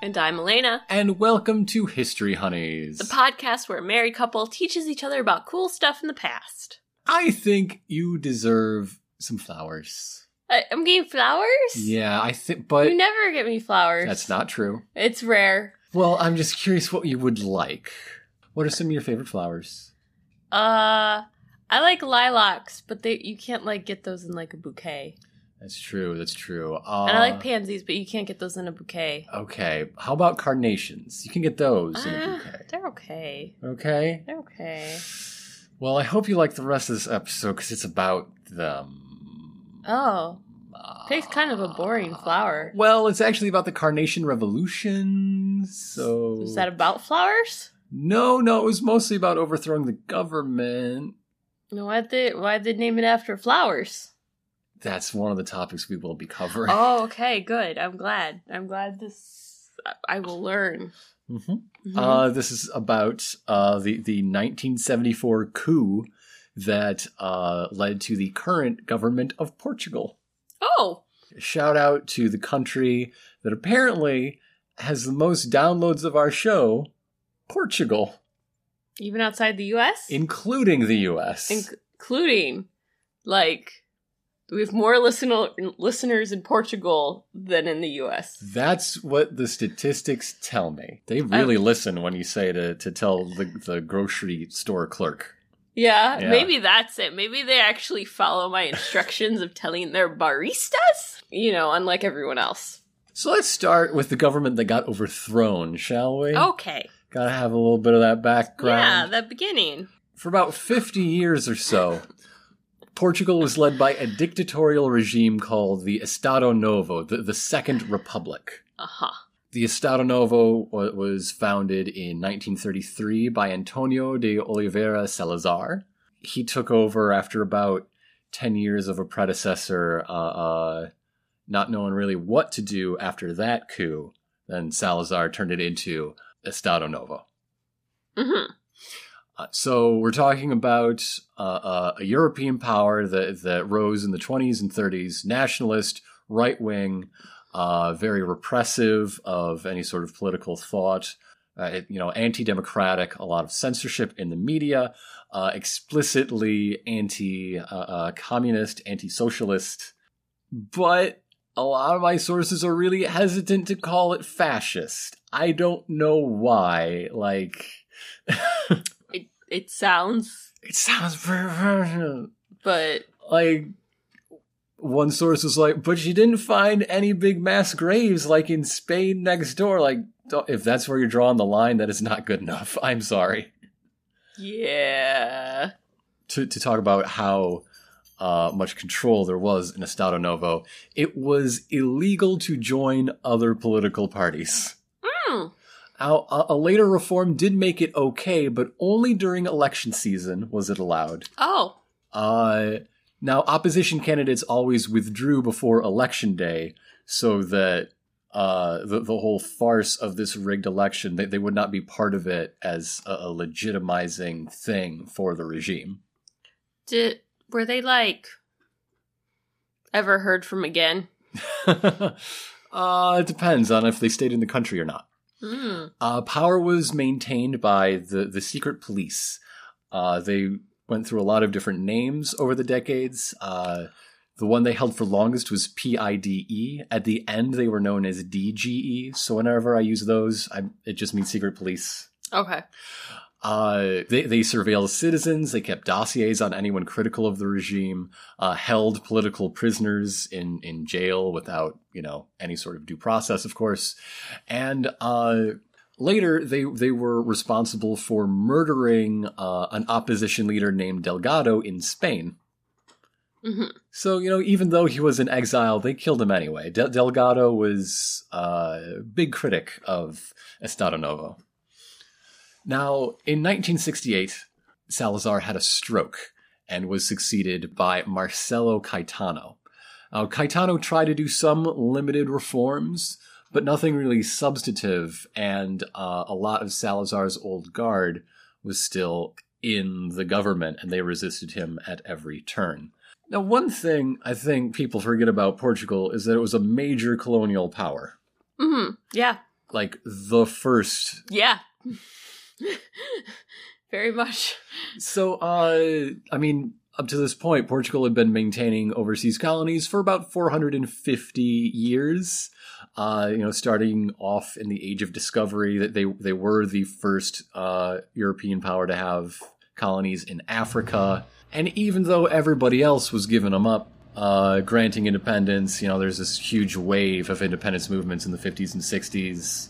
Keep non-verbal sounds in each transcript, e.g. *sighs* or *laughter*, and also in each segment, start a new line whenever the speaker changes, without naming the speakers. And I'm Elena,
and welcome to History Honeys.
the podcast where a married couple teaches each other about cool stuff in the past.
I think you deserve some flowers.
I, I'm getting flowers?
Yeah, I think, but
You never get me flowers.
that's not true.
It's rare.
Well, I'm just curious what you would like. What are some of your favorite flowers?
Uh, I like lilacs, but they you can't like get those in like a bouquet.
That's true. That's true. Uh,
and I like pansies, but you can't get those in a bouquet.
Okay, how about carnations? You can get those in a
Ah,
bouquet.
They're okay.
Okay.
They're okay.
Well, I hope you like the rest of this episode because it's about them. Ah.
Oh, pig's kind of a boring flower.
Well, it's actually about the Carnation Revolution. So
Is that about flowers?
No, no, it was mostly about overthrowing the government.
No, why'd they why'd they name it after flowers?
That's one of the topics we will be covering.
Oh, okay, good. I'm glad. I'm glad this. I- I will learn.
Mhm.
Mhm.
Uh, this is about uh, the the 1974 coup that uh, led to the current government of Portugal.
oh,
Shout out to the country that apparently has the most downloads of our show, Portugal,
even outside the U.S.,
including the U.S.
including like we have more listener listeners in Portugal than in the U.S.
That's what the statistics tell me. They really listen when you say to, to tell the, the grocery store clerk.
Yeah,
Yeah.
maybe that's it. Maybe they actually follow my instructions of telling their baristas. You know, unlike everyone else.
So let's start with the government that got overthrown, shall we?
Okay.
Gotta have a little bit of that
Oh. Yeah,
background.
the beginning.
For about 50 years or so, Portugal was led by a dictatorial regime called the Estado Novo, the, the Second Republic.
Uh huh.
The Estado Novo wa- was founded in 1933 by Antonio de Oliveira Salazar. He took over after about 10 years of a predecessor, uh, uh, not knowing really what to do after that coup. Then Salazar turned it into Estado Novo.
Mm
Uh, so we're talking about uh, uh, a European power that, that rose in the 20s and 30s, nationalist, right wing, uh, very repressive of any sort of political thought. Uh, it- you know, anti-democratic, a lot of censorship in the media, uh, explicitly anti-communist, anti-socialist. But a lot of my sources are really hesitant to call it fascist. I don't know why. Like,
hmm. It it sounds,
it sounds perversion.
but
Like one source was like, but she didn't find any big mass graves like in Spain next door. Like, don't- if that's where you're drawing the line, that is not good enough. *laughs* I'm sorry
yeah.
to to talk about how. Uh, much control there was in Estado Novo. It was illegal to join other political parties.
Hmm.
Now, a, a later reform did make it okay, but only during election season was it allowed.
Oh,
Uh, now, opposition candidates always withdrew before election day so that uh, the, the whole farce of this rigged election, they, they would not be part of it as a, a legitimizing thing for the regime. *laughs*
did were they like ever heard from again?
uh, it depends on if they stayed in the country or not.
Hmm.
Uh, power was maintained by the, the secret police. Uh, they went through a lot of different names over the decades. Uh, the one they held for longest was PIDE. E. At the end, they were known as DGE. So whenever I use those, I, it just means secret police.
Okay.
Uh, they, they surveilled citizens. They kept dossiers on anyone critical of the regime. Uh, held political prisoners in in jail without you know any sort of due process, of course. And uh, later, they they were responsible for murdering uh, an opposition leader named Delgado in Spain.
hmm
So you know, even though he was in exile, they killed him anyway. Del Delgado was uh, a big critic of Estado Novo. Now, in 1968, Salazar had a stroke and was succeeded by Marcelo Caetano. Now, Caetano tried to do some limited reforms, but nothing really substantive, and uh, a lot of Salazar's old guard was still in the government, and they resisted him at every turn. Now, one thing I think people forget about Portugal is that it was a major colonial power.
hmm Yeah.
like the first.
Yeah. *laughs* Very much.
So, uh, I mean, up to this point, Portugal had been maintaining overseas colonies for about 450 years. Uh, you know, starting off in the Age of Discovery, that they they were the first uh, European power to have colonies in Africa. And even though everybody else was giving them up, uh, granting independence, you know, there's this huge wave of independence movements in the 50s and 60s.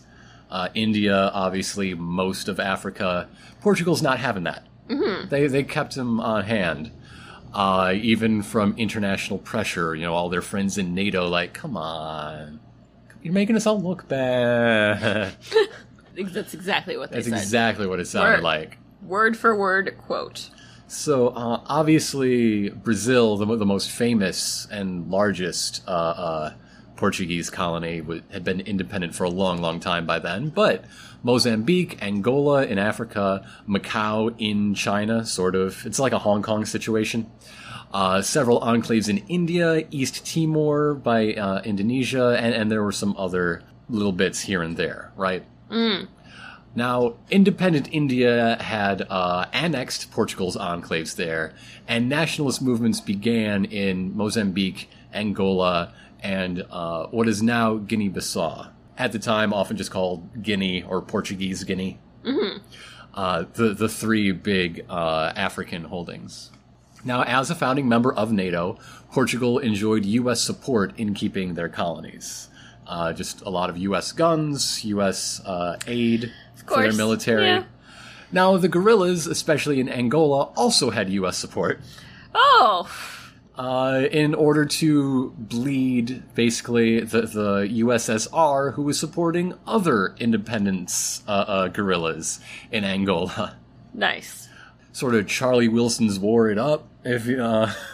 Uh, India, obviously, most of Africa. Portugal's not having that.
Mhm.
They they kept him on hand, uh, even from international pressure. You know, all their friends in NATO, like, come on, you're making us all look bad. *laughs*
That's exactly what they
That's
said.
exactly what it sounded
Word.
like.
word for word quote.
So uh, obviously, Brazil, the, mo- the most famous and largest uh, uh, Portuguese colony, w- had been independent for a long, long time by then. But Mozambique, Angola in Africa, Macau in China, sort of. It's like a Hong Kong situation. Uh, several enclaves in India, East Timor by uh, Indonesia, and, and there were some other little bits here and there, right? Now, independent India had uh, annexed Portugal's enclaves there, and nationalist movements began in Mozambique, Angola, and uh, what is now Guinea Bissau. At the time, often just called Guinea or Portuguese Guinea. Uh, the, the three big uh, African holdings. Now, as a founding member of NATO, Portugal enjoyed U.S. support in keeping their colonies. Uh, just a lot of U.S. guns, U.S. Uh, aid for their
course,
military.
yeah.
Now, the guerrillas, especially in Angola, also had U.S. support
Oh,
uh, in order to bleed basically the, the USSR, who was supporting other independence uh, uh, guerrillas in Angola.
nice.
Sort of Charlie Wilson's war it up, if you. Uh, *laughs*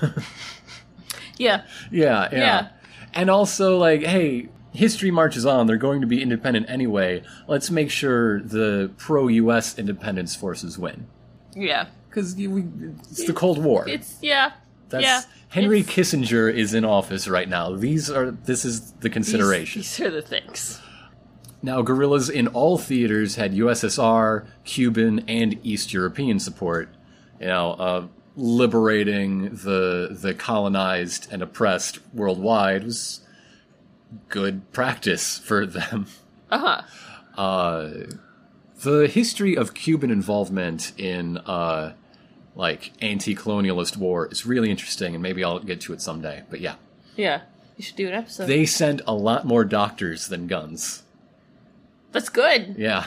Yeah.
Yeah, yeah.
Yeah.
And also, like, hey, history marches on. They're going to be independent anyway. Let's make sure the pro US independence forces win.
Yeah.
Because it's the Cold War.
It's yeah.
That's,
yeah.
Henry
it's-
Kissinger is in office right now. These are this is the consideration.
These, these are the things.
Now, guerrillas in all theaters had USSR, Cuban, and East European support. You know, uh, liberating the the colonized and oppressed worldwide was good practice for them. *laughs*
Uh huh.
Uh, the history of Cuban involvement in uh, like anti-colonialist war is really interesting, and maybe I'll get to it someday. But yeah,
Yeah. You should do an episode.
they sent a lot more doctors than guns.
That's good.
Yeah.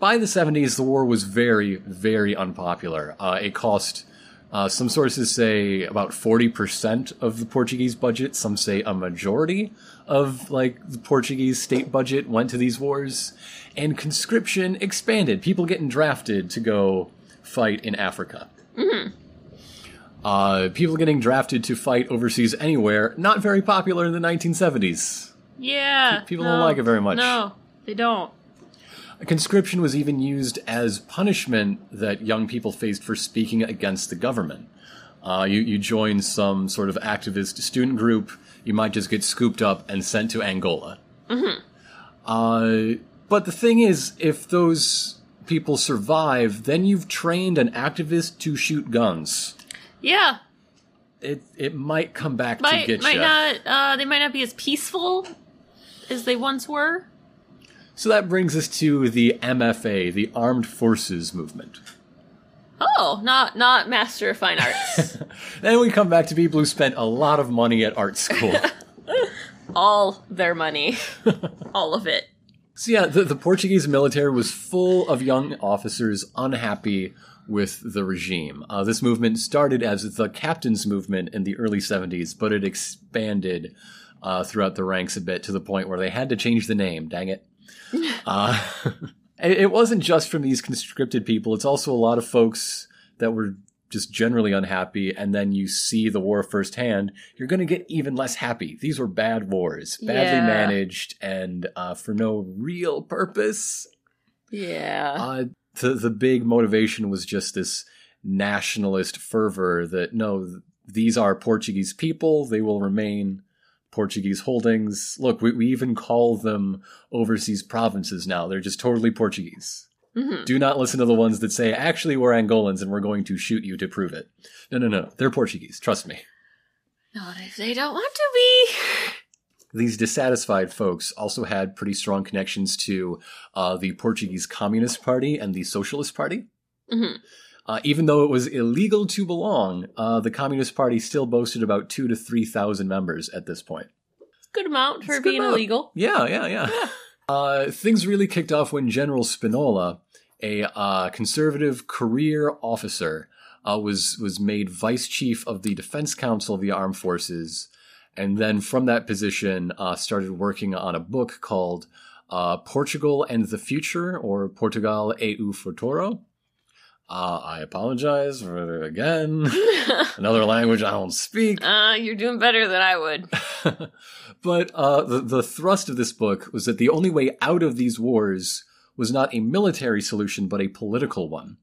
By the 70s, the war was very, very unpopular. Uh, it cost, uh, some sources say, about 40% of the Portuguese budget. Some say a majority of, like, the Portuguese state budget went to these wars. And conscription expanded. People getting drafted to go fight in Africa. Uh, people getting drafted to fight overseas anywhere, not very popular in the 1970s.
Yeah.
People don't like it very much.
No, they don't.
Conscription was even used as punishment that young people faced for speaking against the government. Uh, you, you join some sort of activist student group, you might just get scooped up and sent to Angola.
Mm-hmm.
Uh, but the thing is, if those people survive, then you've trained an activist to shoot guns.
Yeah.
It, it might come back to
Might
get
might
you.
not. Uh, they might not be as peaceful as they once were.
So that brings us to the MFA, the Armed Forces Movement.
Oh, not not Master of Fine Arts.
*laughs* Then we come back to Be Blue spent a lot of money at art school.
All their money. All of it.
so yeah, the, the Portuguese military was full of young officers unhappy with the regime. Uh, this movement started as the captain's movement in the early 70s, but it expanded uh, throughout the ranks a bit to the point where they had to change the name. Dang it. Uh, *laughs* it it wasn't just from these conscripted people. It's also a lot of folks that were just generally unhappy. And then you see the war firsthand, you're going to get even less happy. These were bad wars, badly
Yeah.
managed, and uh, for no real purpose.
*laughs* Yeah.
Uh, the the big motivation was just this nationalist fervor that no, th- these are Portuguese people. They will remain Portuguese holdings. Look, we, we even call them overseas provinces now. They're just totally Portuguese.
Mhm.
Do not listen to the ones that say, actually, we're Angolans and we're going to shoot you to prove it. No, no, no. They're Portuguese. Trust me.
Not if they don't want to be.
These dissatisfied folks also had pretty strong connections to uh, the Portuguese Communist Party and the Socialist Party.
Mhm.
Uh, even though it was illegal to belong, uh, the Communist Party still boasted about two to 3,000 members at this point.
Good amount for
It's a good
being
amount.
illegal. *laughs*
Yeah, yeah, yeah.
Yeah.
Uh, things really kicked off when General Spinola, a uh, conservative career officer, uh, was was made vice chief of the Defense Council of the Armed Forces, and then from that position uh, started working on a book called uh, "Portugal and the Future" or "Portugal e o Futuro." Uh, I apologize for again.
*laughs*
Another language I don't speak.
uh, you're doing better than I would.
*laughs* but uh, the, the thrust of this book was that the only way out of these wars was not a military solution, but a political one.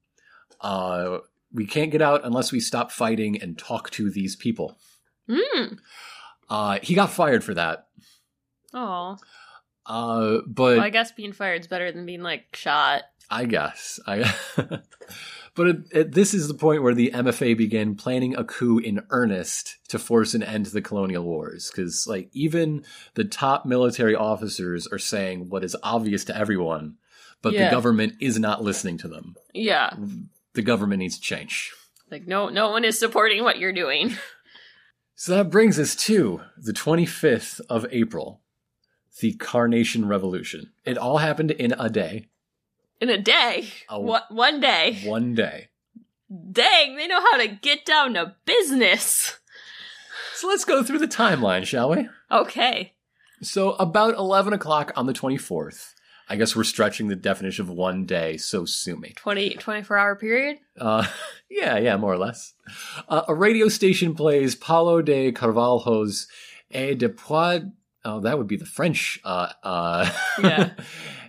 Uh, we can't get out unless we stop fighting and talk to these people.
Mm.
Uh, he got fired for that.
Oh,
Uh, but
I guess being fired is better than being like shot.
I guess. I *laughs* But it, it, this is the point where the MFA began planning a coup in earnest to force an end to the colonial wars. Because, like, even the top military officers are saying what is obvious to everyone, but
Yeah.
the government is not listening to them.
Yeah,
The government needs to change.
like no, no one is supporting what you're doing.
So that brings us to the 25th of April, the Carnation Revolution. It all happened in a day,
In a day,
Oh.
Wha- one day.
one day.
Dang, they know how to get down to business.
So let's go through the timeline, shall we?
Okay.
So about eleven o'clock on the twenty fourth. I guess we're stretching the definition of one day, so sue me.
20, 24 hour period?
Uh, *laughs* yeah, yeah, more or less. Uh, a radio station plays Paulo de Carvalho's E de Poid. Oh, that would be the French. Uh, uh,
Yeah.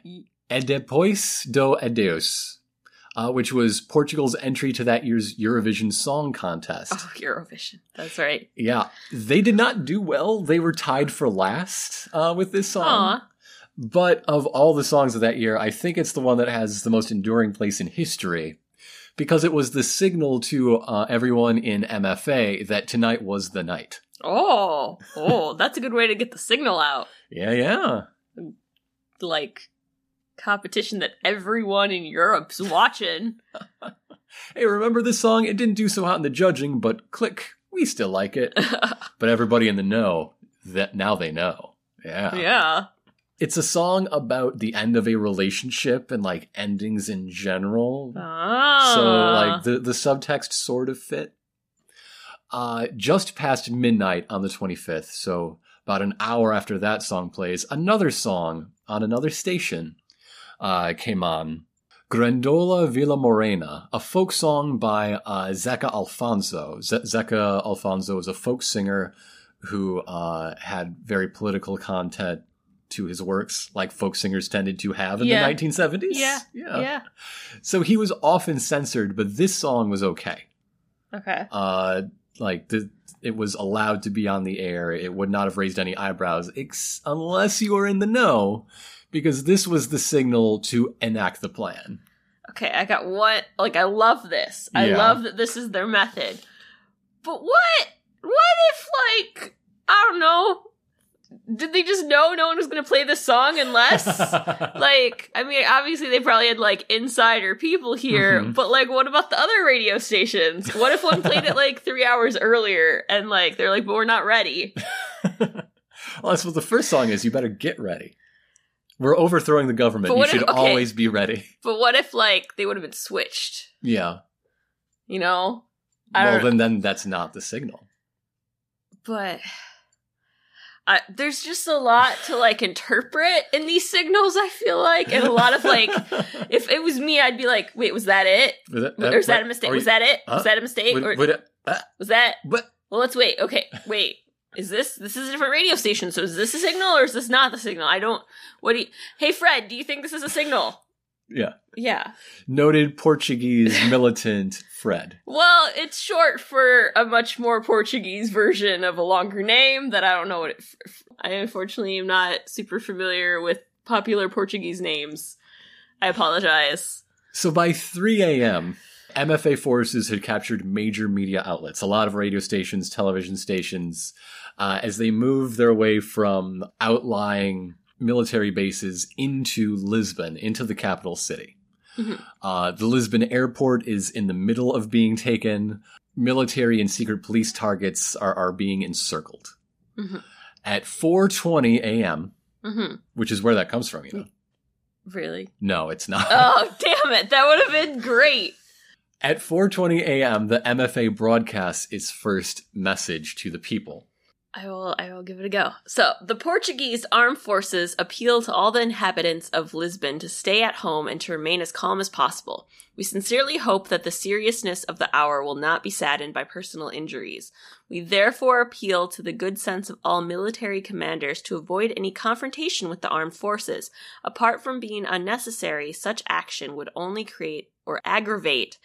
*laughs* e depois do adeus, uh, which was Portugal's entry to that year's Eurovision Song Contest.
Oh, *laughs* Eurovision. That's right.
Yeah, they did not do well. They were tied for last uh, with this song.
Aw.
But of all the songs of that year, I think it's the one that has the most enduring place in history because it was the signal to uh, everyone in MFA that tonight was the night.
Oh, oh, that's a good way to get the signal out.
Yeah, yeah.
Like, competition that everyone in Europe's watching. *laughs*
Hey, remember this song? It didn't do so hot in the judging, but click, we still like *laughs* it. but everybody in the know that now they know. Yeah.
yeah.
It's a song about the end of a relationship and like endings in general.
Ah.
So like the the subtext sort of fit. Uh, just past midnight on the 25th, so about an hour after that song plays, another song on another station uh, came on. Grandola Villa Morena, a folk song by uh, Zeca Alfonso. Ze- Zeca Alfonso is a folk singer who uh, had very political content to his works, like folk singers tended to have in
Yeah.
the 1970s.
Yeah. yeah.
So he was often censored, but this song was okay.
Okay.
Uh, like the, it was allowed to be on the air. It would not have raised any eyebrows, ex- unless you were in the know, because this was the signal to enact the plan.
Okay, I got what? Like, I love this. I
Yeah.
love that this is their method. But what? What if, like, I don't know. Did they just know no one was going to play this song unless. like i mean obviously they probably had like insider people here
Mhm.
but like what about the other radio stations what if one played it like three hours earlier and like they're like but we're not ready
*laughs* well, that's what the first song is. You better get ready. We're overthrowing the government.
But
You
what
should
if- okay.
always be ready.
but what if like they would have been switched
Yeah.
you know I
Well,
don't-
then, then that's not the signal.
but I, there's just a lot to like interpret in these signals i feel like and a lot
*laughs*
of like if it was me i'd be like wait was that it
was that,
or is that a mistake
or-
was that it
huh?
was that a mistake
would-
or
would it- uh,
was that
but
Well, let's wait. Okay, wait. Is this this is a different radio station? So is this a signal or is this not the signal? I don't. What do you? Hey, Fred, do you think this is a signal?
Yeah.
Yeah.
Noted Portuguese militant Fred.
Well, it's short for a much more Portuguese version of a longer name that I don't know what it. F- f- I unfortunately am not super familiar with popular Portuguese names. I apologize.
So by 3 a.m., MFA forces had captured major media outlets, a lot of radio stations, television stations, uh, as they moved their way from outlying military bases into Lisbon, into the capital city.
Mhm.
Uh, the Lisbon airport is in the middle of being taken. Military and secret police targets are, are being encircled.
Mhm.
At 4:20 a.m.,
hmm
which is where that comes from, you know.
Really?
No, it's not.
Oh, damn it! That would have been great.
At 4:20 a.m., the MFA broadcasts its first message to the people.
I will I will give it a go. So, the Portuguese armed forces appeal to all the inhabitants of Lisbon to stay at home and to remain as calm as possible. We sincerely hope that the seriousness of the hour will not be saddened by personal injuries. We therefore appeal to the good sense of all military commanders to avoid any confrontation with the armed forces. Apart from being unnecessary, such action would only create or aggravate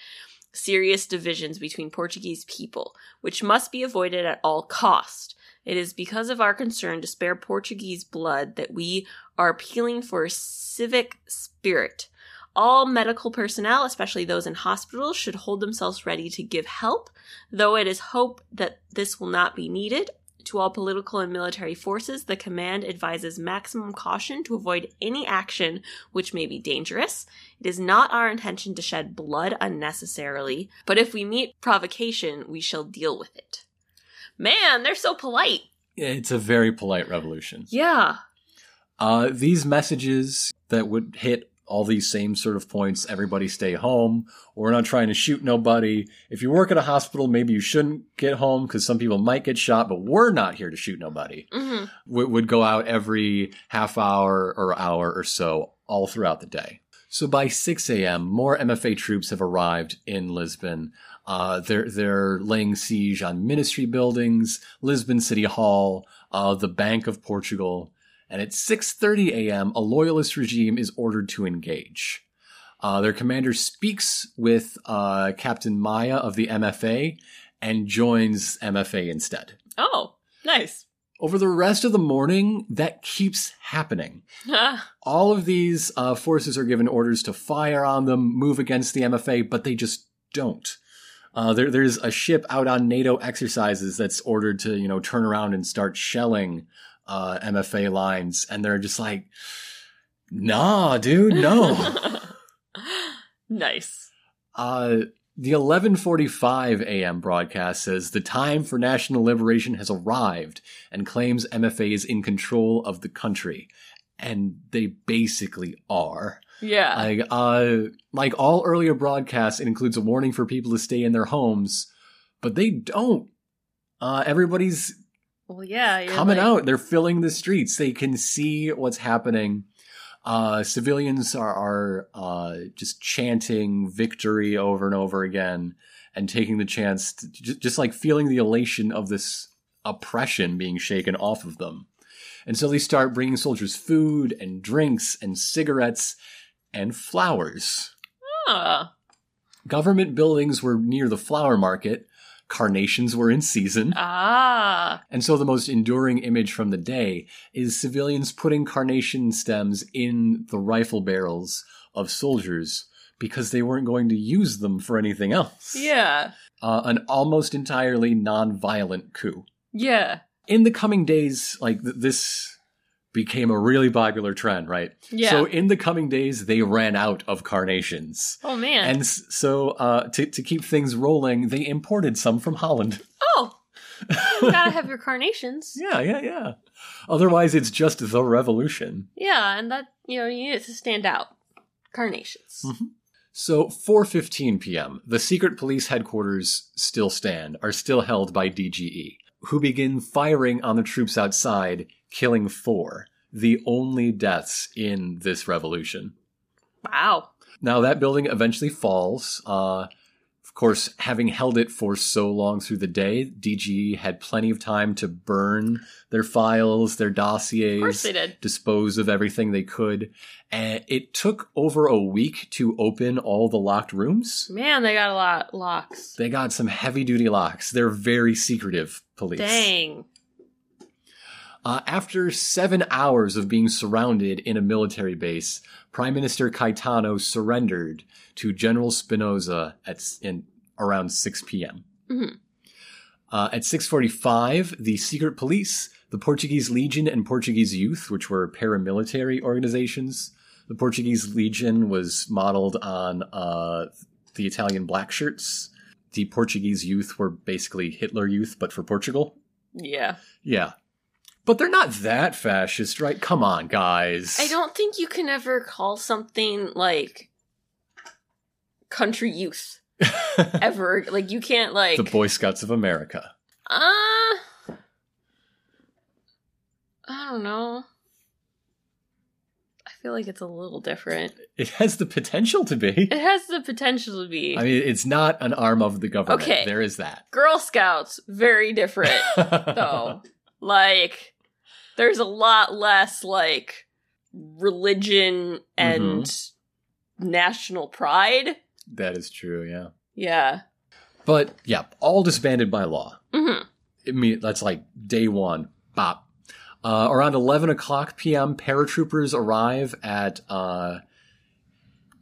serious divisions between Portuguese people, which must be avoided at all cost. It is because of our concern to spare Portuguese blood that we are appealing for civic spirit. All medical personnel, especially those in hospitals, should hold themselves ready to give help, though it is hoped that this will not be needed. To all political and military forces, the command advises maximum caution to avoid any action which may be dangerous. It is not our intention to shed blood unnecessarily, but if we meet provocation, we shall deal with it. Man, they're so polite.
It's a very polite revolution.
Yeah.
Uh, these messages that would hit all these same sort of points everybody stay home, we're not trying to shoot nobody. If you work at a hospital, maybe you shouldn't get home because some people might get shot, but we're not here to shoot nobody.
hmm
w- would go out every half hour or hour or so all throughout the day. So by 6 a.m., more MFA troops have arrived in Lisbon. Uh, they're they're laying siege on ministry buildings, Lisbon City Hall, uh, the Bank of Portugal, and at 6:30 a.m., a loyalist regime is ordered to engage. Uh, their commander speaks with uh, Captain Maya of the MFA and joins MFA instead
Oh, nice. *laughs*
over the rest of the morning, that keeps happening.
Ah,
All of these uh, forces are given orders to fire on them, move against the MFA, but they just don't. Uh, there, there's a ship out on NATO exercises that's ordered to, you know, turn around and start shelling uh, MFA lines, and they're just like, "Nah, dude, no."
*laughs* nice.
Uh, the 11:45 a.m. broadcast says the time for national liberation has arrived and claims MFA is in control of the country, and they basically are.
Yeah.
Like, uh, like all earlier broadcasts, it includes a warning for people to stay in their homes, but they don't. Uh, everybody's
well, yeah. you're
coming
like-
out. They're filling the streets. They can see what's happening. Uh, civilians are, are uh, just chanting victory over and over again and taking the chance, to, just, just like feeling the elation of this oppression being shaken off of them. And so they start bringing soldiers food and drinks and cigarettes and flowers.
Ah.
Government buildings were near the flower market. Carnations were in season.
Ah.
And so the most enduring image from the day is civilians putting carnation stems in the rifle barrels of soldiers because they weren't going to use them for anything else.
Yeah.
Uh, an almost entirely non-violent coup.
Yeah.
In the coming days, like th- this became a really popular trend, right?
Yeah.
So in the coming days, they ran out of carnations.
oh man.
And s- so uh, to, to keep things rolling, they imported some from Holland.
oh, you
*laughs*
gotta have your carnations.
Yeah, yeah, yeah. Otherwise, it's just the revolution.
Yeah, and that you know you need it to stand out. Carnations.
Mhm. So, 4:15 p.m., the secret police headquarters still stand, are still held by DGE, who begin firing on the troops outside, killing four, the only deaths in this revolution.
Wow.
Now, that building eventually falls. Uh, Of course, having held it for so long through the day, DGE had plenty of time to burn their files, their dossiers,
Of course they did.
dispose of everything they could. And it took over a week to open all the locked rooms.
Man, they got a lot locks.
They got some heavy duty locks. They're very secretive police.
Dang.
Uh, after seven hours of being surrounded in a military base, Prime Minister Caetano surrendered to General Spinoza at s- in around 6 p.m.
Mhm.
Uh, at 6:45, the secret police, the Portuguese Legion, and Portuguese Youth, which were paramilitary organizations, the Portuguese Legion was modeled on uh, the Italian black shirts. The Portuguese Youth were basically Hitler Youth, but for Portugal.
Yeah.
Yeah. But they're not that fascist, right? Come on, guys. *laughs*
I don't think you can ever call something like country youth ever. Like you can't like
the Boy Scouts of America.
Uh, I don't know. I feel like it's a little different.
It has the potential to be.
It has the potential to be.
I mean, it's not an arm of the government.
Okay.
There is that.
Girl Scouts, very different
*laughs*
though. like, there's a lot less like religion
Mm-hmm.
and national pride.
That is true, yeah.
Yeah.
But yeah, all disbanded by law.
hmm
I mean, that's like day one. Bop. Uh, around 11 o'clock p.m., paratroopers arrive at uh,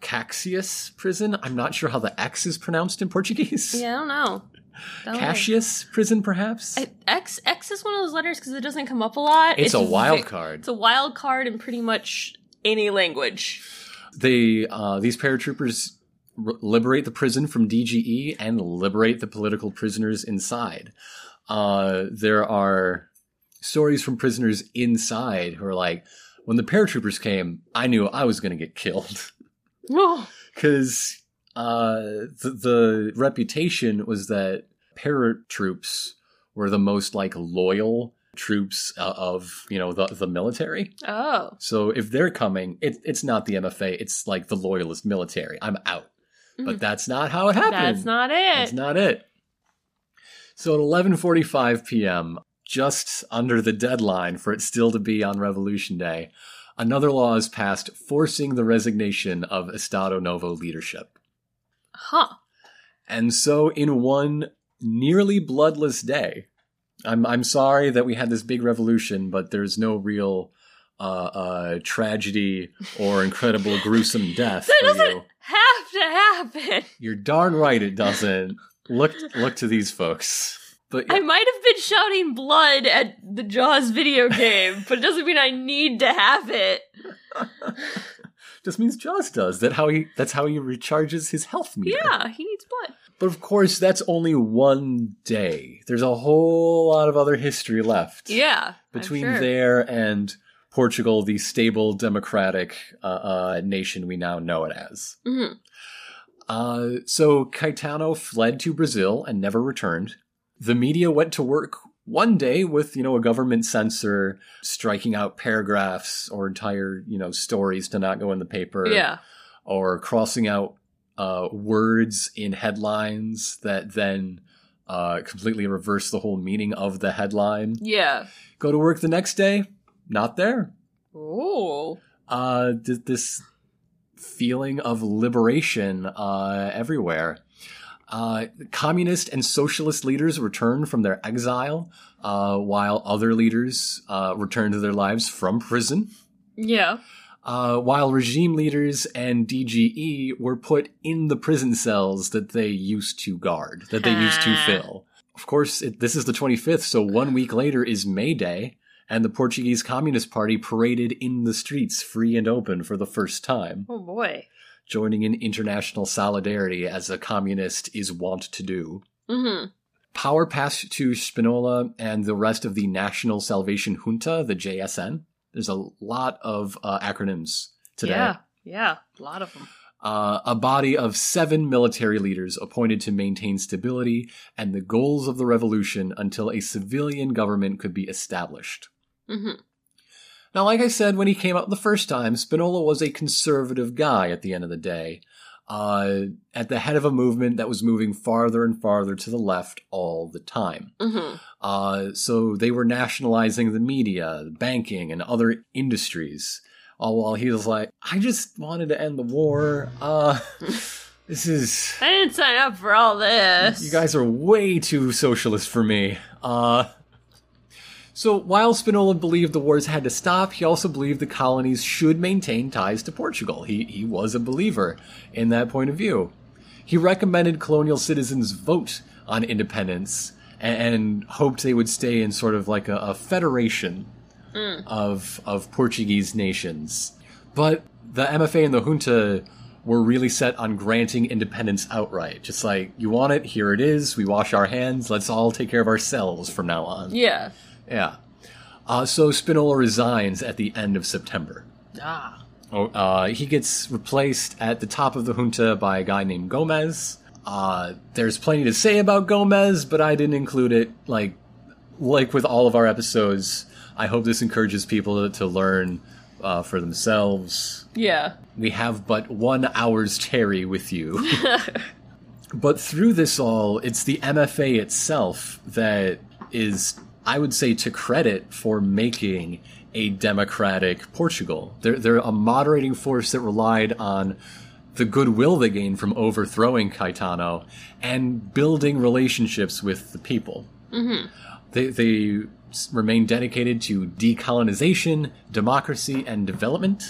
Caxias prison. I'm not sure how the X is pronounced in Portuguese.
Yeah, I don't know. Don't know.
Cassius prison, perhaps?
I, X X is one of those letters because it doesn't come up a lot.
it's, a wild
ve-
card.
It's a wild card in pretty much any language.
they uh, these paratroopers r- liberate the prison from DGE and liberate the political prisoners inside. Uh, there are stories from prisoners inside who are like, when the paratroopers came, I knew I was going to get killed *laughs* because uh, the, the reputation was that paratroops were the most like loyal troops uh, of you know the, the military.
Oh.
So if they're coming, it, it's not the MFA. It's like the loyalist military. I'm out. But
Mhm.
that's not how it happened.
That's not
That's
it.
not it. So at 11:45 p.m., just under the deadline for it still to be on Revolution Day, another law is passed forcing the resignation of Estado Novo leadership.
huh.
And so, in one nearly bloodless day, I'm I'm sorry that we had this big revolution, but there's no real uh, uh, tragedy or incredible gruesome death
*laughs* That
for you.
doesn't have to happen.
You're darn right it doesn't. look look to these folks. But
I might have been shouting blood at the
*laughs*
Jaws video game, but it doesn't mean I need to have it.
just means Jaws does that. How he that's how he recharges his health meter.
Yeah, he needs blood.
But of course, that's only one day. There's a whole lot of other history left.
Yeah. I'm
between
Oh, sure.
there and Portugal, the stable democratic uh, uh, nation we now know it as.
Mhm.
Uh, so Caetano fled to Brazil and never returned. The media went to work one day with you know a government censor striking out paragraphs or entire you know stories to not go in the paper
Yeah.
or crossing out uh, words in headlines that then uh, completely reverse the whole meaning of the headline
Yeah.
go to work the next day not there
Oh.
uh th- this feeling of liberation uh everywhere uh, communist and socialist leaders return from their exile, uh, while other leaders uh, return to their lives from prison.
Yeah.
Uh, while regime leaders and DGE were put in the prison cells that they used to guard, that they used to
Ah.
fill. Of course, it, this is the 25th, so one week later is May Day, and the Portuguese Communist Party paraded in the streets free and open for the first time,
Oh boy.
joining in international solidarity as a communist is wont to do.
hmm
Power passed to Spinola and the rest of the National Salvation Junta, the JSN. There's a lot of uh, acronyms today.
Yeah. Yeah. A lot of them.
Uh, a body of seven military leaders appointed to maintain stability and the goals of the revolution until a civilian government could be established.
Mm-hmm.
Now, like I said when he came up the first time, Spinola was a conservative guy at the end of the day. uh, at the head of a movement that was moving farther and farther to the left all the time.
hmm
Uh, so they were nationalizing the media, banking, and other industries. All while he was like, I just wanted to end the war. Uh, this is.
I didn't sign up for all this.
You guys are way too socialist for me. Uh, so while Spinola believed the wars had to stop, he also believed the colonies should maintain ties to Portugal. He, he was a believer in that point of view. He recommended colonial citizens vote on independence and, and hoped they would stay in sort of like a, a federation of of Portuguese nations. But the MFA and the junta were really set on granting independence outright. Just like you want it, here it is. We wash our hands. Let's all take care of ourselves from now on.
Yeah.
Yeah. Uh, so Spinola resigns at the end of September.
Ah.
Oh, uh, he gets replaced at the top of the junta by a guy named Gomez. Uh, there's plenty to say about Gomez, but I didn't include it. Like, like with all of our episodes, I hope this encourages people to, to learn uh, for themselves.
Yeah.
We have but one hour's tarry with you. *laughs* but through this all, it's the MFA itself that is, I would say, to credit for making a democratic Portugal. They're, they're a moderating force that relied on the goodwill they gained from overthrowing Caetano and building relationships with the people.
Mm-hmm.
They, they s- remain dedicated to decolonization, democracy, and development.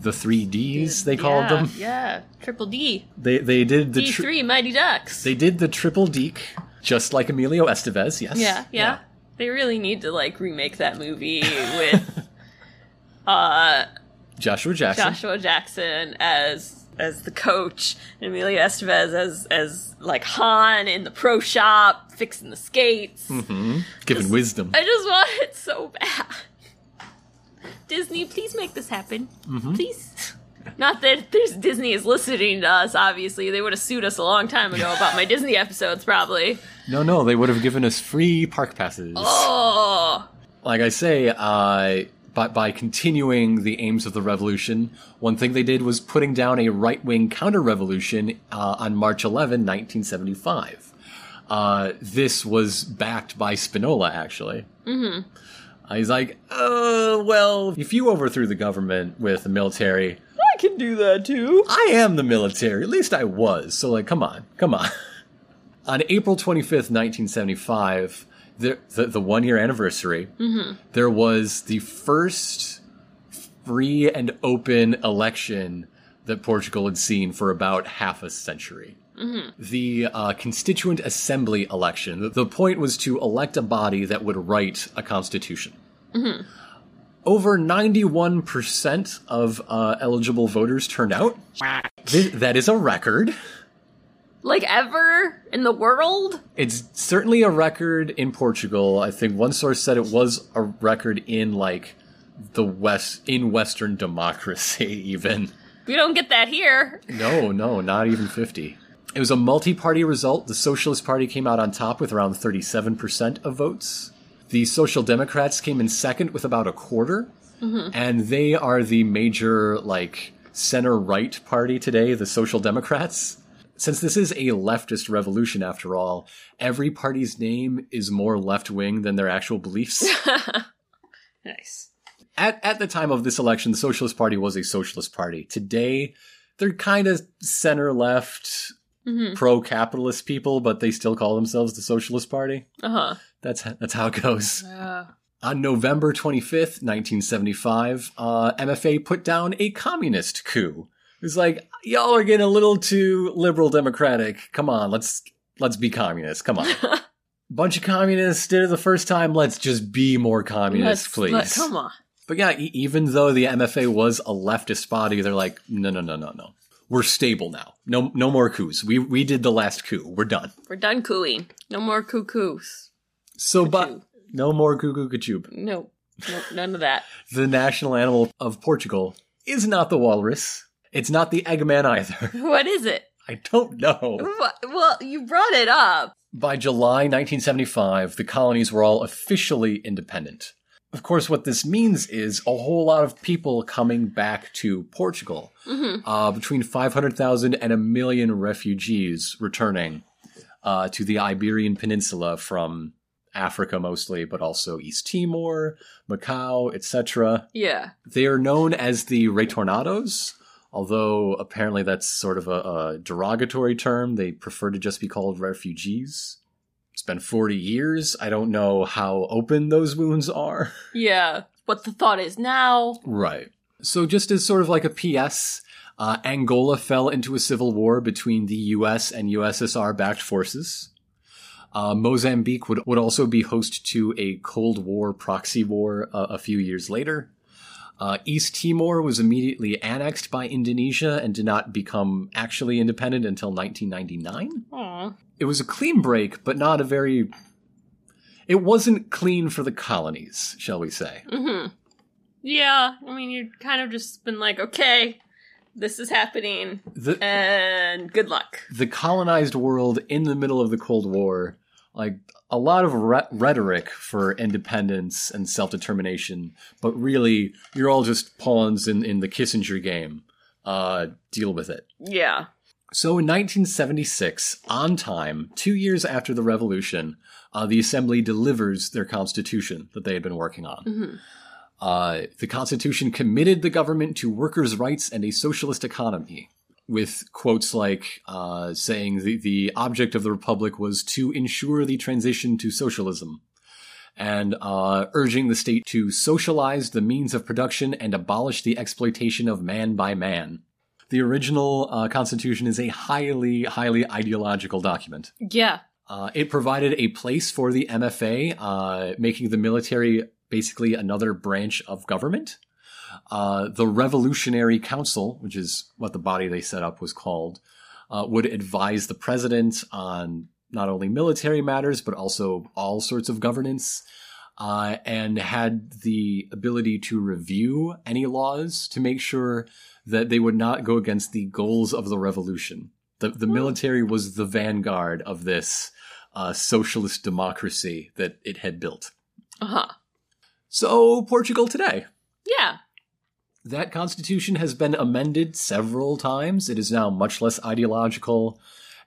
The three Ds, they called
Yeah,
them.
Yeah. Triple D.
They, they did the
D
tr-
three Mighty Ducks.
they did the triple deke, just like Emilio Estevez. Yes.
yeah, yeah. They really need to like remake that
*laughs*
movie with uh
Joshua Jackson.
Joshua Jackson as as the coach, and Emilio Estevez as as like Han in the pro shop fixing the skates.
hmm Given
Just-
wisdom.
I just want it so bad. Disney, please make this happen. Please. Not that there's Disney is listening to us, obviously. They would have sued us a long time ago about my Disney episodes, probably.
no, no, they would have given us free park passes.
Oh.
*gasps* Like I say, uh, by, by continuing the aims of the revolution, one thing they did was putting down a right wing counter revolution uh, on March 11, 1975. Uh, this was backed by Spinola, actually. Mm-hmm. he's like, uh, well, if you overthrew the government with the military,
I can do that too.
I am the military. At least I was. So, like, come on, come on. *laughs* on April 25th, 1975, the, the, the one year anniversary, there was the first free and open election that Portugal had seen for about half a century. The uh, Constituent Assembly election. The, the point was to elect a body that would write a constitution. Over 91% of uh, eligible voters turned out. Th- that is a record.
Like ever in the world?
It's certainly a record in Portugal. I think one source said it was a record in like the West in Western democracy *laughs* even.
We don't get that here.
No, no, not even 50. It was a multi party result. The Socialist Party came out on top with around 37% of votes. The Social Democrats came in second with about a quarter. And they are the major, like, center right party today, the Social Democrats. Since this is a leftist revolution, after all, every party's name is more left wing than their actual beliefs.
Nice.
at at the time of this election, the Socialist Party was a socialist party. Today, they're kind of center left,
Mm-hmm.
pro capitalist people, but they still call themselves the Socialist Party.
Uh-huh.
That's that's how it goes.
Uh
On November twenty fifth, nineteen seventy five, uh, MFA put down a communist coup. It's like y'all are getting a little too liberal democratic. Come on, let's let's be communist. Come on.
*laughs*
Bunch of communists did it the first time. Let's just be more communist,
let's-
please.
let- come on.
But yeah, e- even though the MFA was a leftist body, they're like, no, no, no, no, no. We're stable now. No, no more coups. We we did the last coup. We're done.
We're done cooing. No more cuckoos.
So, but
Ka-choo.
no more cuckoo kachub.
No. Nope, none of that.
The national animal of Portugal is not the walrus. It's not the eggman either. *laughs*
What is it?
I don't know.
Wha- Well, you brought it up.
By July 1975, the colonies were all officially independent. of course, what this means is a whole lot of people coming back to Portugal.
Mhm.
Uh, between 500,000 and a million refugees returning uh, to the Iberian Peninsula from Africa mostly, but also East Timor, Macau, etc.
Yeah.
They are known as the retornados, although apparently that's sort of a, a derogatory term. They prefer to just be called refugees. It's been 40 years. I don't know how open those wounds are. *laughs*
Yeah. What the thought is now.
Right. So, just as sort of like a PS, uh, Angola fell into a civil war between the US and USSR backed forces. Uh, Mozambique would, would also be host to a Cold War proxy war uh, a few years later. Uh, East Timor was immediately annexed by Indonesia and did not become actually independent until 1999
Aw.
it was a clean break, but not a very. It wasn't clean for the colonies, shall we say?
Mm-hmm. Yeah. I mean, you've kind of just been like, okay, this is happening,
The
and good luck.
the colonized world in the middle of the Cold War, like a lot of re- rhetoric for independence and self determination, but really you're all just pawns in in the Kissinger game. Uh, deal with it.
Yeah.
So in 1976, on time, two years after the revolution, uh, the assembly delivers their constitution that they had been working on.
Mm-hmm.
Uh, the Constitution committed the government to workers' rights and a socialist economy, with quotes like uh, saying the, the object of the Republic was to ensure the transition to socialism, and uh, urging the state to socialize the means of production and abolish the exploitation of man by man. The original uh, Constitution is a highly, highly ideological document.
Yeah.
Uh, it provided a place for the MFA, uh, making the military basically another branch of government. Uh, the Revolutionary Council, which is what the body they set up was called, uh, would advise the president on not only military matters, but also all sorts of governance, uh, and had the ability to review any laws to make sure that they would not go against the goals of the revolution. The, the military was the vanguard of this uh, socialist democracy that it had built.
Uh huh.
So, Portugal today.
Yeah.
That constitution has been amended several times. It is now much less ideological.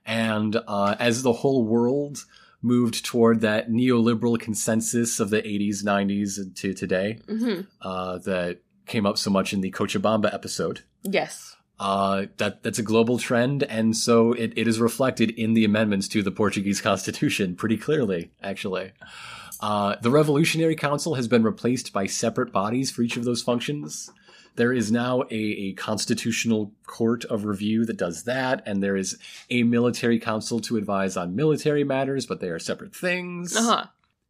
And uh, as the whole world moved toward that neoliberal consensus of the 80s, 90s to today,
Mm-hmm.
uh, that came up so much in the Cochabamba episode,
Yes.
uh, that, that's a global trend. And so it, it is reflected in the amendments to the Portuguese *laughs* constitution pretty clearly, actually. Uh, the Revolutionary Council has been replaced by separate bodies for each of those functions. There is now a, a constitutional court of review that does that, and there is a military council to advise on military matters, but they are separate things.
Uh huh.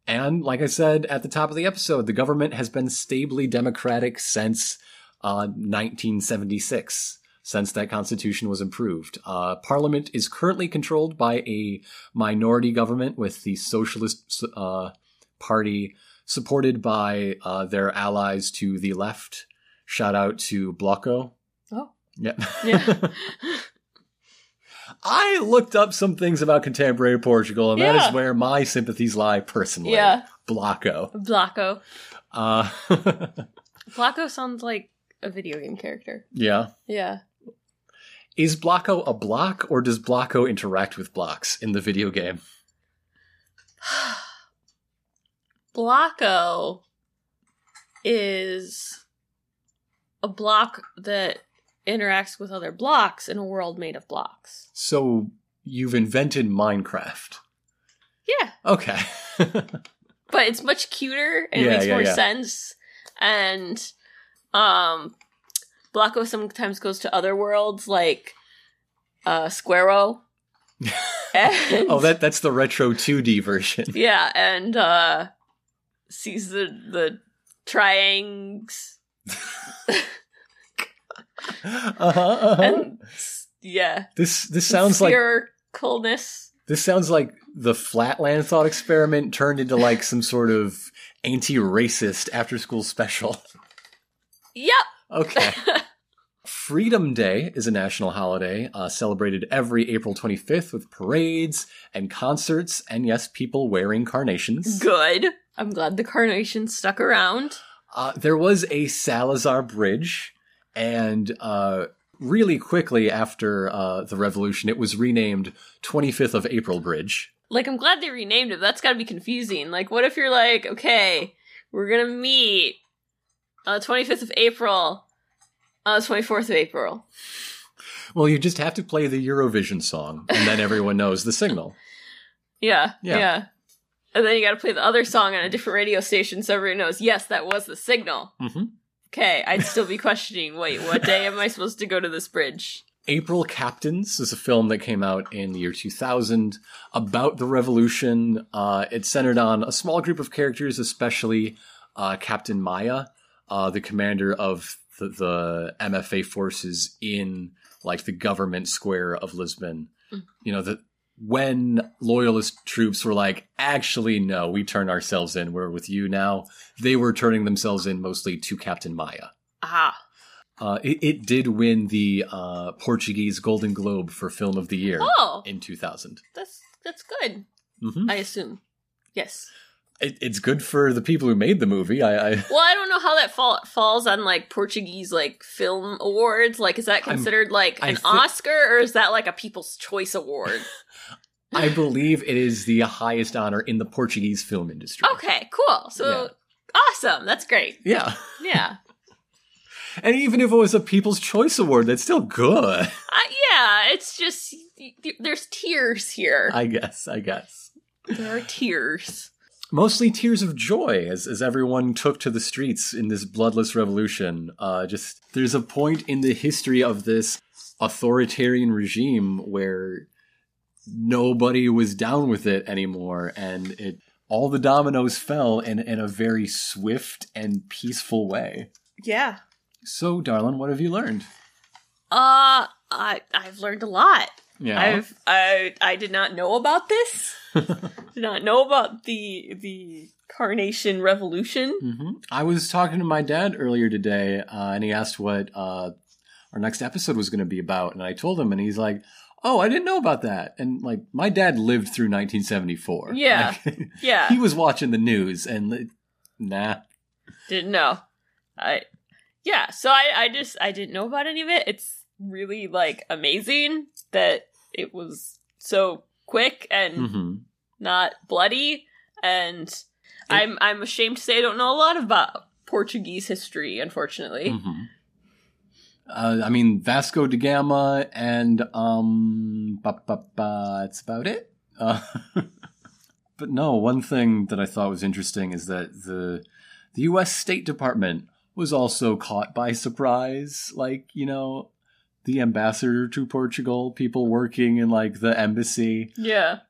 And like I said at the top of the episode, the government has been stably democratic since uh, 1976, since that constitution was improved. Uh, parliament is currently controlled by a minority government with the Socialist uh, Party supported by uh, their allies to the left. Shout out to Blocco.
Oh.
Yeah.
Yeah.
*laughs* I looked up some things about contemporary Portugal, and that
Yeah.
is where my sympathies lie personally.
Yeah.
Blocco.
Blocko.
Uh, *laughs*
Blocko sounds like a video game character.
yeah.
Yeah.
Is Blocko a block, or does Blocko interact with blocks in the video game?
*sighs* Blocko is a block that interacts with other blocks in a world made of blocks.
So you've invented Minecraft.
Yeah.
Okay. *laughs*
But it's much cuter and
Yeah,
it makes
yeah,
more
yeah.
sense. And um Blocko sometimes goes to other worlds like uh Squarrow.
*laughs*
and,
oh, that that's the retro 2D version.
Yeah, and uh sees the the triangles
Uh-huh, uh-huh.
and s- yeah.
this this sounds like
coolness.
this sounds like the Flatland thought experiment turned into like some sort of anti-racist after-school special. *laughs*
Yep.
Okay. Freedom Day is a national holiday uh, celebrated every April 25th with parades and concerts, and yes, people wearing carnations.
*laughs* Good. I'm glad the carnation stuck around.
Uh, there was a Salazar Bridge, and uh, really quickly after uh, the revolution, it was renamed 25th of April Bridge.
Like, I'm glad they renamed it. That's got to be confusing. Like, what if you're like, okay, we're gonna meet on the 25th of April, on the 24th of April.
Well, you just have to play the Eurovision song, and then everyone knows the signal.
Yeah,
Yeah.
yeah. And then you got to play the other song on a different radio station so everyone knows, yes, that was the signal.
hmm
Okay, I'd still
*laughs*
be questioning, wait, what day am I supposed to go to this bridge?
April Captains is a film that came out in the year 2000 about the revolution. Uh, it's centered on a small group of characters, especially uh, Captain Maya, uh, the commander of the, the MFA forces in like the government square of Lisbon.
Mm.
You know that when loyalist troops were like, actually, no, we turn ourselves in. We're with you now. They were turning themselves in mostly to Captain Maya.
Ah,
Uh, it, it did win the uh, Portuguese Golden Globe for Film of the Year
oh,
in 2000.
that's that's good.
hmm
I assume. Yes.
It, it's good for the people who made the movie. I,
*laughs*
I
Well, I don't know how that fall, falls on like Portuguese like film awards. Like, is that
I'm-
considered like
I
an
thi-
Oscar or is that like a People's
*laughs*
Choice Award?
I believe it is the highest honor in the Portuguese film industry.
okay, cool. So awesome. That's great.
Yeah,
Yeah.
and even if it was a People's Choice Award, that's still good. *laughs*
I, yeah, it's just y- y- there's tears here.
I guess. I guess.
there are tears.
Mostly tears of joy as, as everyone took to the streets in this bloodless revolution. Uh, just there's a point in the history of this authoritarian regime where nobody was down with it anymore, and it all the dominoes fell in, in a very swift and peaceful way.
Yeah.
So, darling, what have you learned?
Uh I I've learned a lot.
Yeah,
I've I I did not know
*laughs*
about this. did not know about the the carnation revolution.
hmm I was talking to my dad earlier today, uh, and he asked what uh, our next episode was going to be about, and I told him, and he's like, "Oh, I didn't know about that." And like, my dad lived through 1974.
Yeah.
Like, *laughs*
Yeah.
he was watching the news, and it- nah,
didn't know. I yeah, so I I just I didn't know about any of it. It's really like amazing that it was so quick and
hmm
not bloody and I'm I'm ashamed to say I don't know a lot about Portuguese history unfortunately.
hmm Uh, I mean, Vasco da Gama, and um, ba, ba, ba, that's about it. Uh, *laughs* but no, one thing that I thought was interesting is that the the U.S. State Department was also caught by surprise. Like, you know, the ambassador to Portugal, people working in like the embassy,
Yeah.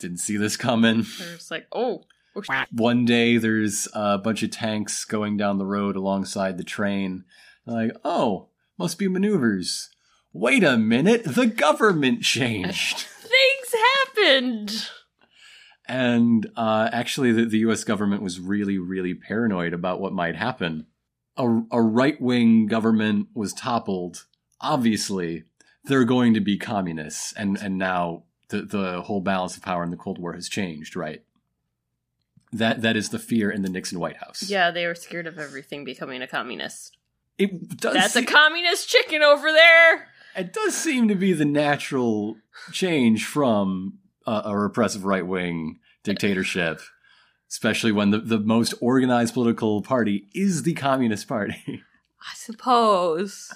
didn't see this coming.
They're just like, "Oh, oh, sh-
One day, there's a bunch of tanks going down the road alongside the train. Like, oh, must be maneuvers. Wait a minute, the government
*laughs*
changed.
*laughs* things happened."
and uh, actually, the, the US government was really, really paranoid about what might happen. A, a right wing government was toppled. Obviously, they're going to be communists. And, and now the, the whole balance of power in the Cold War has changed, right? That, that is the fear in the Nixon White House.
Yeah, they were scared of everything becoming a communist.
It does.
That's *laughs* a
se-
communist chicken over there.
it does seem to be the natural change from uh, a repressive right wing dictatorship, especially when the, the most organized political party is the Communist Party. *laughs*
I suppose.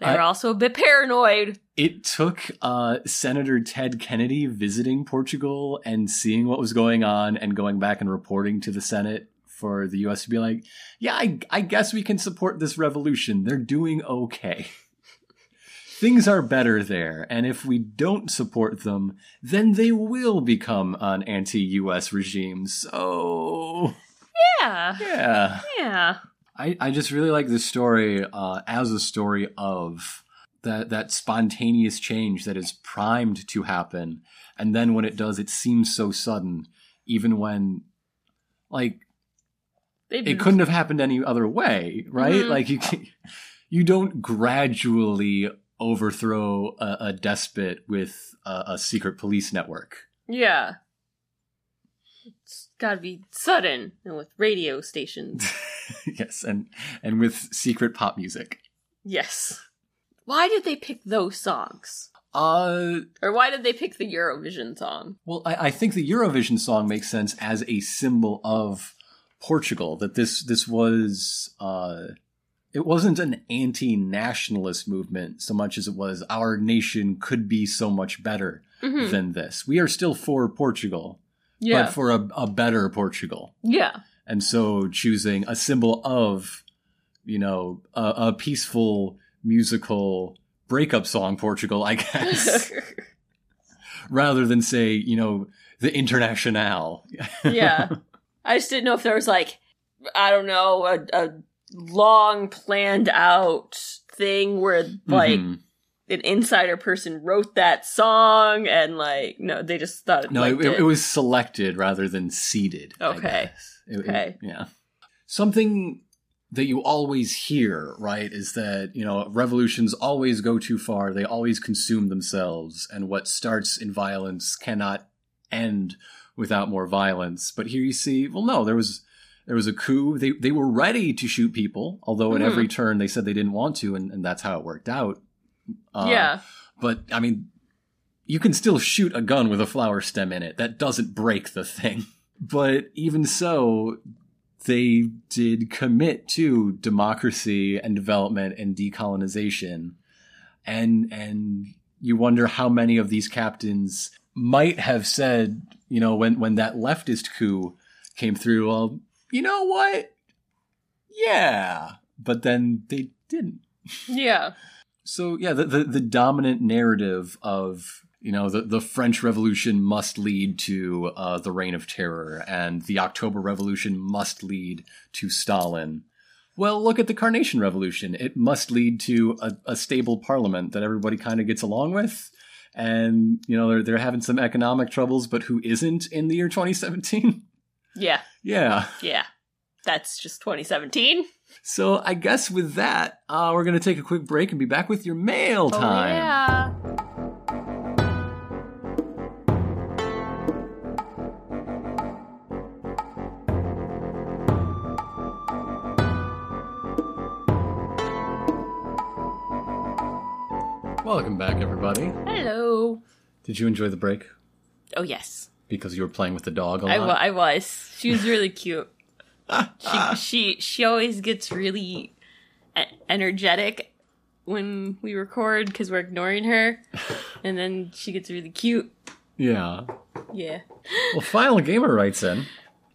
They
I-
were also a bit paranoid.
It took uh, Senator Ted Kennedy visiting Portugal and seeing what was going on and going back and reporting to the Senate for the U.S. to be like, yeah, I, I guess we can support this revolution. They're doing okay. *laughs* Things are better there. And if we don't support them, then they will become an anti U.S. regime. So,
Yeah.
yeah.
Yeah.
I, I just really like this story uh, as a story of that that spontaneous change that is primed to happen, and then when it does, it seems so sudden, even when like
They've
it couldn't have happened any other way, right?
Mhm.
Like you can, you don't gradually overthrow a, a despot with a, a secret police network.
Yeah. It's got to be sudden and with radio
*laughs*
stations.
*laughs* yes, and and with secret pop music.
yes. Why did they pick those songs?
Uh,
Or why did they pick the Eurovision song?
well, I, I think the Eurovision song makes sense as a symbol of Portugal. That this this was uh, it wasn't an anti-nationalist movement so much as it was our nation could be so much better
Mhm.
than this. We are still for Portugal,
Yeah.
but for a, a better Portugal.
yeah.
and so choosing a symbol of you know a, a peaceful musical breakup song portugal i *laughs* guess rather than say you know the internationale
*laughs*
*laughs*
yeah. I just didn't know if there was like I don't know a, a long planned out thing where like
Mhm.
an insider person wrote that song and like no they just thought it
no
liked
it, it was selected rather than seeded I
Okay.
guess. It- it-
Okay.
yeah something that you always hear right is that you know revolutions always go too far they always consume themselves and what starts in violence cannot end without more violence. But here you see, well, no, there was there was a coup. They they were ready to shoot people, although at
Mhm.
every turn they said they didn't want to, and, and that's how it worked out. Uh,
yeah
but I mean, you can still shoot a gun with a flower stem in it. That doesn't break the thing. *laughs* But even so, they did commit to democracy and development and decolonization, and and you wonder how many of these captains might have said, you know, when when that leftist coup came through, well, you know what, yeah, but then they didn't
yeah
so yeah the, the the dominant narrative of you know the, the french revolution must lead to uh, the reign of terror and the october revolution must lead to stalin well look at the carnation revolution it must lead to a, a stable parliament that everybody kind of gets along with and you know they're, they're having some economic troubles but who isn't in the year 2017
yeah
*laughs* yeah
yeah that's just 2017
so i guess with that uh, we're going to take a quick break and be back with your mail time
Oh, yeah
welcome back everybody
hello
Did you enjoy the break?
oh yes
Because you were playing with the dog a lot.
I, wa- I was. She was really cute.
*laughs*
she, she she always gets really e- energetic when we record because we're
*laughs*
ignoring her, and then she gets really cute.
yeah. *laughs*
Yeah.
Well, Final Gamer writes in.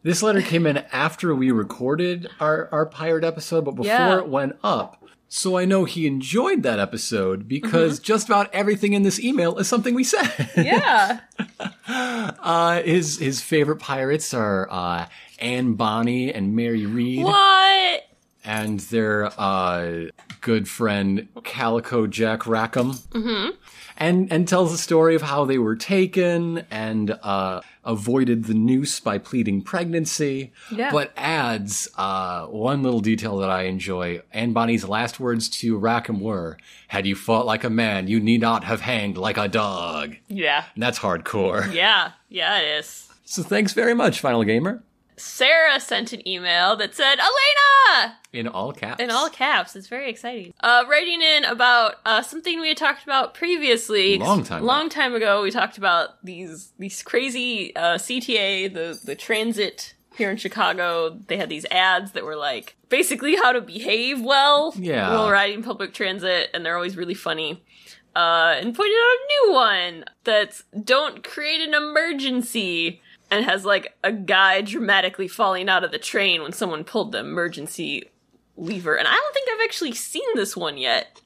This letter came in after we recorded our, our pirate episode, but before
Yeah.
it went up. So I know he enjoyed that episode because just about everything in this email is something we said.
Mm-hmm. Yeah.
*laughs* Uh, his his favorite pirates are uh, Anne Bonny and Mary Reed.
what?
and their uh, good friend Calico Jack Rackham,
Mm-hmm.
and and tells the story of how they were taken and uh, avoided the noose by pleading pregnancy.
Yeah.
But adds uh, one little detail that I enjoy. Anne Bonny's last words to Rackham were, "Had you fought like a man, you need not have hanged like a dog."
Yeah.
And that's hardcore.
Yeah. Yeah. It is.
So thanks very much, Final Gamer.
Sarah sent an email that said, "Elena."
In all caps.
In all caps, it's very exciting. Uh, writing in about uh, something we had talked about previously,
Long time ago.
long time ago. We talked about these these crazy uh, CTA, the the transit here in Chicago. They had these ads that were like basically how to behave well
Yeah.
while riding public transit, and they're always really funny. Uh, and pointed out a new one that's don't create an emergency and has like a guy dramatically falling out of the train when someone pulled the emergency lever. And I don't think I've actually seen this one yet.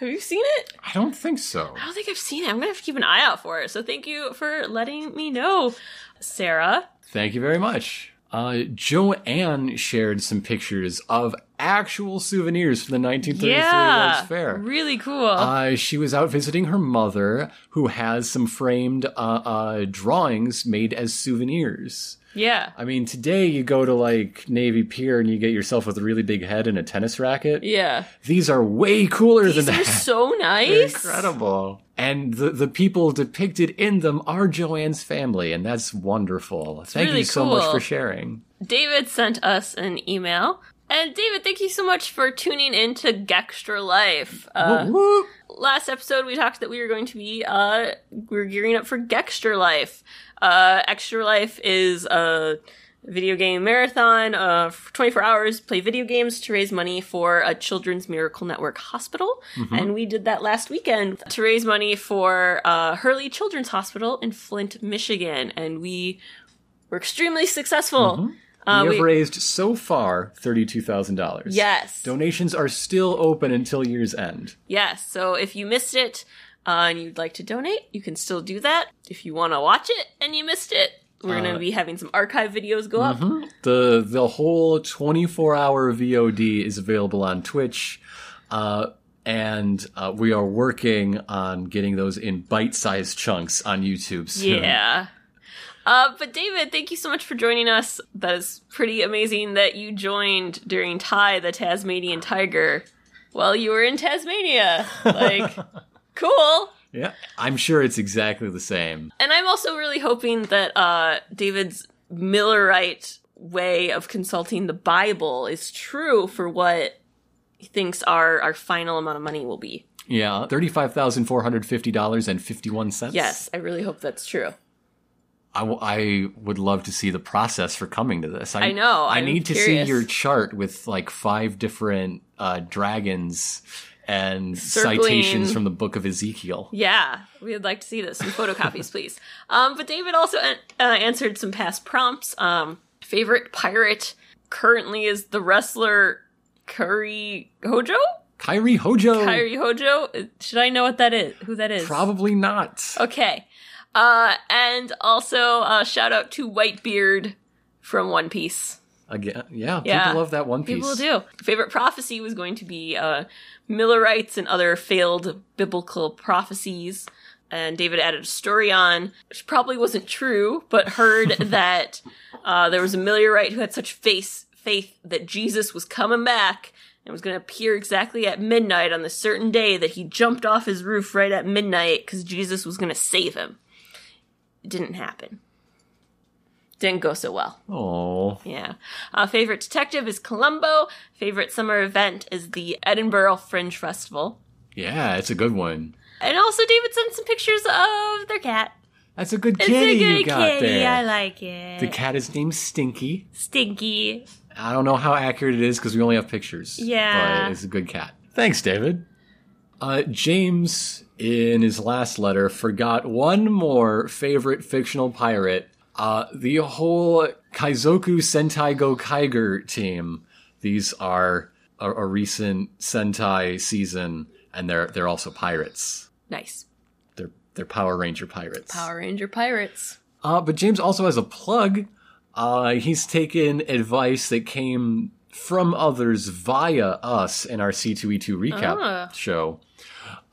Have you seen it?
I don't think so.
I don't think I've seen it. I'm gonna have to keep an eye out for it. So thank you for letting me know, Sarah.
Thank you very much. Uh, Joanne shared some pictures of actual souvenirs from the 1933
yeah,
World's Fair.
really cool.
Uh, she was out visiting her mother, who has some framed uh, uh, drawings made as souvenirs.
yeah,
I mean, today you go to like Navy Pier and you get yourself with a really big head and a tennis racket.
yeah.
These are way cooler than
These
that.
are so
*laughs* They're
nice.
incredible. And the, the people depicted in them are Joanne's family, and that's wonderful. Thank
really
you so much
cool.
for sharing.
David sent us an email. And David, thank you so much for tuning in to Gextra Life. Uh,
Whoop, whoop.
last episode we talked that we were going to be uh we are gearing up for Gextra Life. Uh Extra Life is a video game marathon uh for 24 hours play video games to raise money for a Children's Miracle Network hospital
Mm-hmm.
and we did that last weekend to raise money for uh Hurley Children's Hospital in Flint, Michigan and we were extremely successful. Uh,
Mm-hmm. we have
we-
raised so far $32,000.
yes.
Donations are still open until year's end.
Yes. So if you missed it uh, and you'd like to donate, you can still do that. If you want to watch it and you missed it, we're going
Uh,
to be having some archive videos go up.
The the whole 24 hour VOD is available on Twitch, uh, and uh, we are working on getting those in bite sized chunks on YouTube soon.
Yeah. Uh, but David, thank you so much for joining us. That is pretty amazing that you joined during Ty the Tasmanian Tiger while you were in Tasmania. Like, cool.
yeah. I'm sure it's exactly the same.
And I'm also really hoping that uh, David's Millerite way of consulting the Bible is true for what he thinks our, our final amount of money will be.
Yeah, thirty-five thousand four hundred fifty dollars and fifty-one cents.
Yes, I really hope that's true.
I, w- I would love to see the process for coming to this.
I know,
I
I'm
need to
curious.
see your chart with like five different uh, dragons and
Circling.
citations from the Book of Ezekiel.
Yeah, we would like to see this. Some photocopies, *laughs* please. Um, but David also an- uh, answered some past prompts. Um, favorite pirate currently is the wrestler Curry Hojo?
Kyrie Hojo.
Kyrie Hojo? Should I know what that is? Who that is? Oh.
Probably not.
Okay. Uh, and also uh, shout out to Whitebeard from One Piece.
Again, yeah,
Yeah.
people love that One Piece.
People do. Favorite prophecy was going to be uh, Millerites and other failed biblical prophecies. And David added a story on, which probably wasn't true, but heard that uh, there was a Millerite who had such faith, faith that Jesus was coming back and was going to appear exactly at midnight on the certain day that he jumped off his roof right at midnight because Jesus was going to save him. It didn't happen. Didn't go so well.
Oh,
Yeah. Uh, favorite detective is Columbo. Favorite summer event is the Edinburgh Fringe Festival.
yeah, it's a good one.
And also, David sent some pictures of their cat.
That's a good
It's
kitty
a good
you got
kitty.
there.
I like it.
the cat is named Stinky.
Stinky.
I don't know how accurate it is because we only have pictures.
Yeah.
But it's a good cat. Thanks, David. Uh, James, in his last letter, forgot one more favorite fictional pirate uh, the whole Kaizoku Sentai Go Kyger team. These are a, a recent Sentai season, and they're, they're also pirates.
Nice.
They're, they're Power Ranger pirates.
Power Ranger Pirates.
Uh, but James also has a plug. Uh, he's taken advice that came from others via us in our C2E2 recap
Ah.
show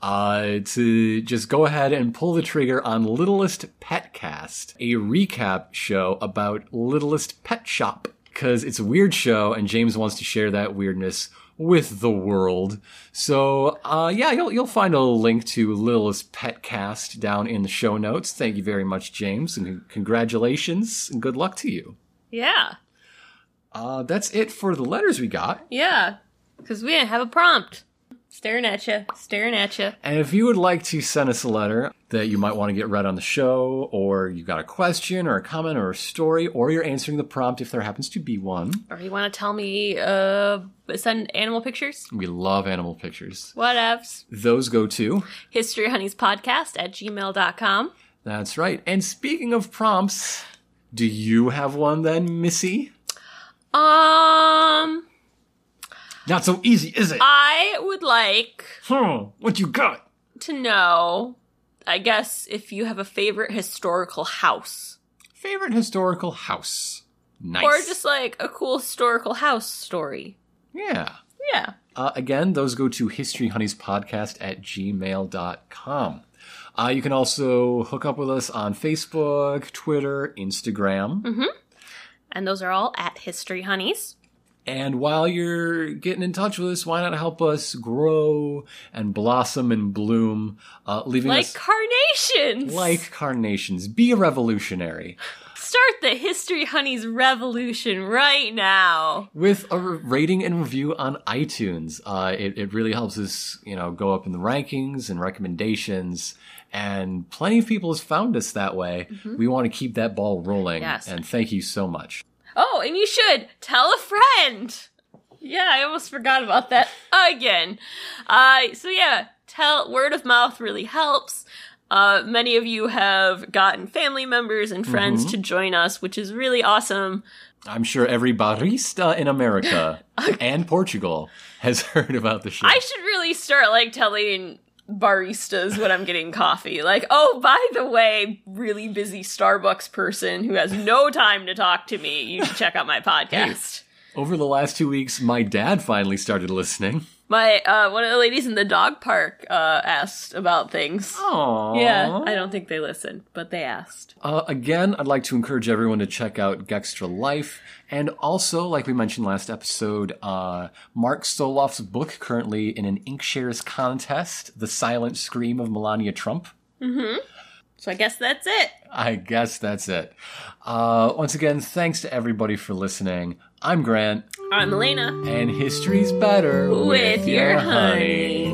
uh, to just go ahead and pull the trigger on Littlest Petcast, a recap show about Littlest Pet Shop. Because it's a weird show, and James wants to share that weirdness with the world. So, uh, yeah, you'll, you'll find a link to Littlest Petcast down in the show notes. Thank you very much, James, and con- congratulations, and good luck to you.
Yeah.
Uh, that's it for the letters we got.
Yeah. Because we didn't have a prompt. Staring at you. Staring at you.
And if you would like to send us a letter that you might want to get read on the show, or you've got a question or a comment or a story, or you're answering the prompt if there happens to be one,
Or you want to tell me, uh, send animal pictures?
we love animal pictures.
Whatevs.
Those go to.
History Honeys Podcast at gmail.com.
That's right. And speaking of prompts, do you have one then, Missy?
Um.
Not so easy, is it?
I would like
Hmm, what you got?
to know, I guess, if you have a favorite historical house.
Favorite historical house. Nice.
Or just like a cool historical house story.
Yeah.
Yeah.
Uh, again, those go to historyhoneyspodcast at gmail.com. Uh, you can also hook up with us on Facebook, Twitter, Instagram.
Mm-hmm. And those are all at History Honeys.
And while you're getting in touch with us, why not help us grow and blossom and bloom, uh, leaving
Like
us
carnations.
like carnations. Be a revolutionary
Start the History Honeys revolution right now.
with a re- rating and review on iTunes. Uh, it, it really helps us, you know, go up in the rankings and recommendations. And plenty of people has found us that way. We want to keep that ball rolling.
Mm-hmm. Yes.
And thank you so much.
Oh, and you should tell a friend. Yeah, I almost forgot about that again. Uh, so yeah, tell word of mouth really helps. Uh, many of you have gotten family members and friends to join us, which is really awesome.
I'm sure every barista in
*laughs*
America and Portugal has *laughs* heard about the show.
I should really start like telling baristas when I'm getting coffee. Like, oh, by the way, really busy Starbucks person who has no time to talk to me, you should check out my podcast.
Over the last two weeks, my dad finally started listening.
My uh, one of the ladies in the dog park uh, asked about things.
Aww.
Yeah, I don't think they listened, but they asked.
Uh, again, I'd like to encourage everyone to check out Gextra Life. And also, like we mentioned last episode, uh, Mark Soloff's book currently in an Inkshares contest, The Silent Scream of Melania Trump.
So I guess that's it.
I guess that's it. Uh, once again, thanks to everybody for listening. I'm Grant,
I'm Elena
and history's better
with your honey.